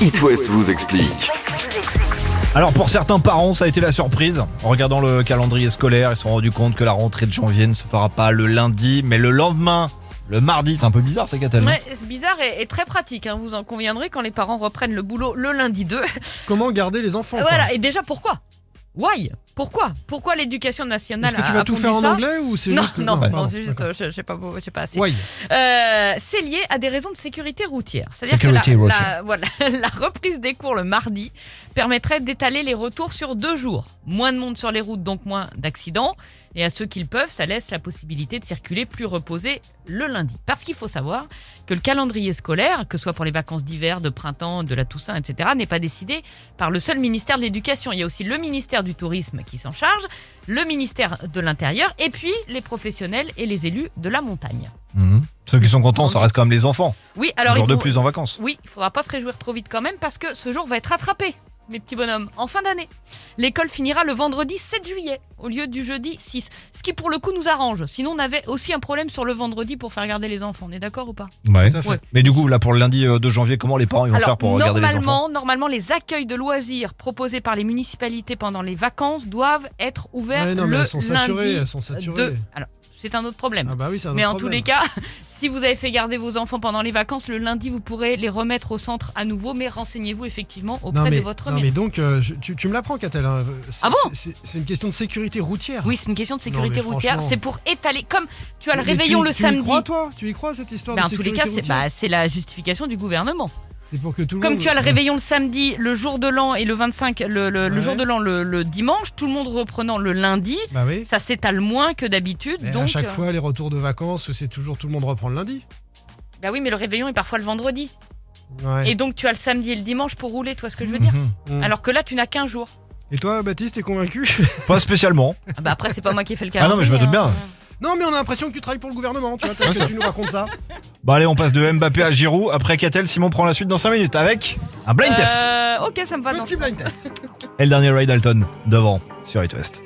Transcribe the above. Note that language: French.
It West vous explique. Alors pour certains parents, ça a été la surprise. En regardant le calendrier scolaire, ils se sont rendus compte que la rentrée de janvier ne se fera pas le lundi, mais le lendemain, le mardi. C'est un peu bizarre, ça, Catalina. Ouais, c'est bizarre et, et très pratique, hein, vous en conviendrez, quand les parents reprennent le boulot le lundi 2. Comment garder les enfants quoi voilà, et déjà pourquoi Why Pourquoi Pourquoi l'éducation nationale Est-ce a- que tu a vas tout pondu faire en ça anglais ou c'est non, juste... non, Ouais, non, pardon, c'est juste, d'accord. euh, je je sais pas, je sais pas assez. Ouais. Euh, c'est lié à des raisons de sécurité routière. C'est-à-dire que la, Security routier. la- voilà, la reprise des cours le mardi permettrait d'étaler les retours sur deux jours. Moins de monde sur les routes, donc moins d'accidents. Et à ceux qui le peuvent, ça laisse la possibilité de circuler plus reposé le lundi. Parce qu'il faut savoir que le calendrier scolaire, que ce soit pour les vacances d'hiver, de printemps, de la Toussaint, etc., n'est pas décidé par le seul ministère de l'Éducation. Il y a aussi le ministère du Tourisme qui s'en charge, le ministère de l'Intérieur, et puis les professionnels et les élus de la montagne. Mhm. Ceux qui sont contents, ça reste quand même les enfants. Oui, Un alors jour il de faut- plus en vacances. oui, il faudra pas se réjouir trop vite quand même parce que ce jour va être rattrapé, mes petits bonhommes, en fin d'année. L'école finira le vendredi 7 juillet au lieu du jeudi 6, ce qui pour le coup nous arrange. Sinon, on avait aussi un problème sur le vendredi pour faire garder les enfants. On est d'accord ou pas Ouais. Tout à fait. Ouais. Mais du coup, là pour le lundi euh, 2 janvier, comment les parents ils vont faire pour regarder les enfants normalement, normalement, les accueils de loisirs proposés par les municipalités pendant les vacances doivent être ouverts Ouais, non, mais le elles sont saturées, elles lundi. sont saturées. de- Alors, c'est un autre problème. Ah bah oui, c'est un Mais autre en tous les problème. cas, si vous avez fait garder vos enfants pendant les vacances, le lundi, vous pourrez les remettre au centre à nouveau, mais renseignez-vous effectivement auprès non, mais, de votre non, mairie. mais donc, euh, je- tu, tu me l'apprends, Catel. hein. C'est- Ah bon c'est- C'est une question de sécurité routière. Oui, c'est une question de sécurité Non, mais routière. franchement. C'est pour étaler. Comme tu as le Mais tu- réveillon le Tu y samedi. crois, toi Tu y crois, cette histoire Ben, de en tous les sécurité cas, c'est routière bah, c'est la justification du gouvernement. C'est pour que tout le Comme monde- euh, tu as le réveillon le samedi, le jour de l'an et le 25, le, le- le Ouais. jour de l'an le, le dimanche, tout le monde reprenant le lundi, Bah oui. ça s'étale moins que d'habitude. Mais Donc, à chaque euh, fois, les retours de vacances, c'est toujours tout le monde reprend le lundi. bah oui, mais le réveillon est parfois le vendredi. Ouais. Et donc, tu as le samedi et le dimanche pour rouler, toi, ce que je veux dire. Mhm. Mm. Alors que là, tu n'as qu'un jour. Et toi, Baptiste, t'es convaincu Pas spécialement. Ah bah après, c'est pas moi qui ai fait le Ah calendrier. non, mais je me doute bien. hein. Non, mais on a l'impression que tu travailles pour le gouvernement. Tu vois, t'as- que tu nous racontes ça. Bon Bah, allez, on passe de Mbappé à Giroud. Après Catel, Simon prend la suite dans 5 minutes avec un blind test. Euh, ok, ça me va. dans Petit ce blind test. Et le dernier Ray Dalton devant sur It West.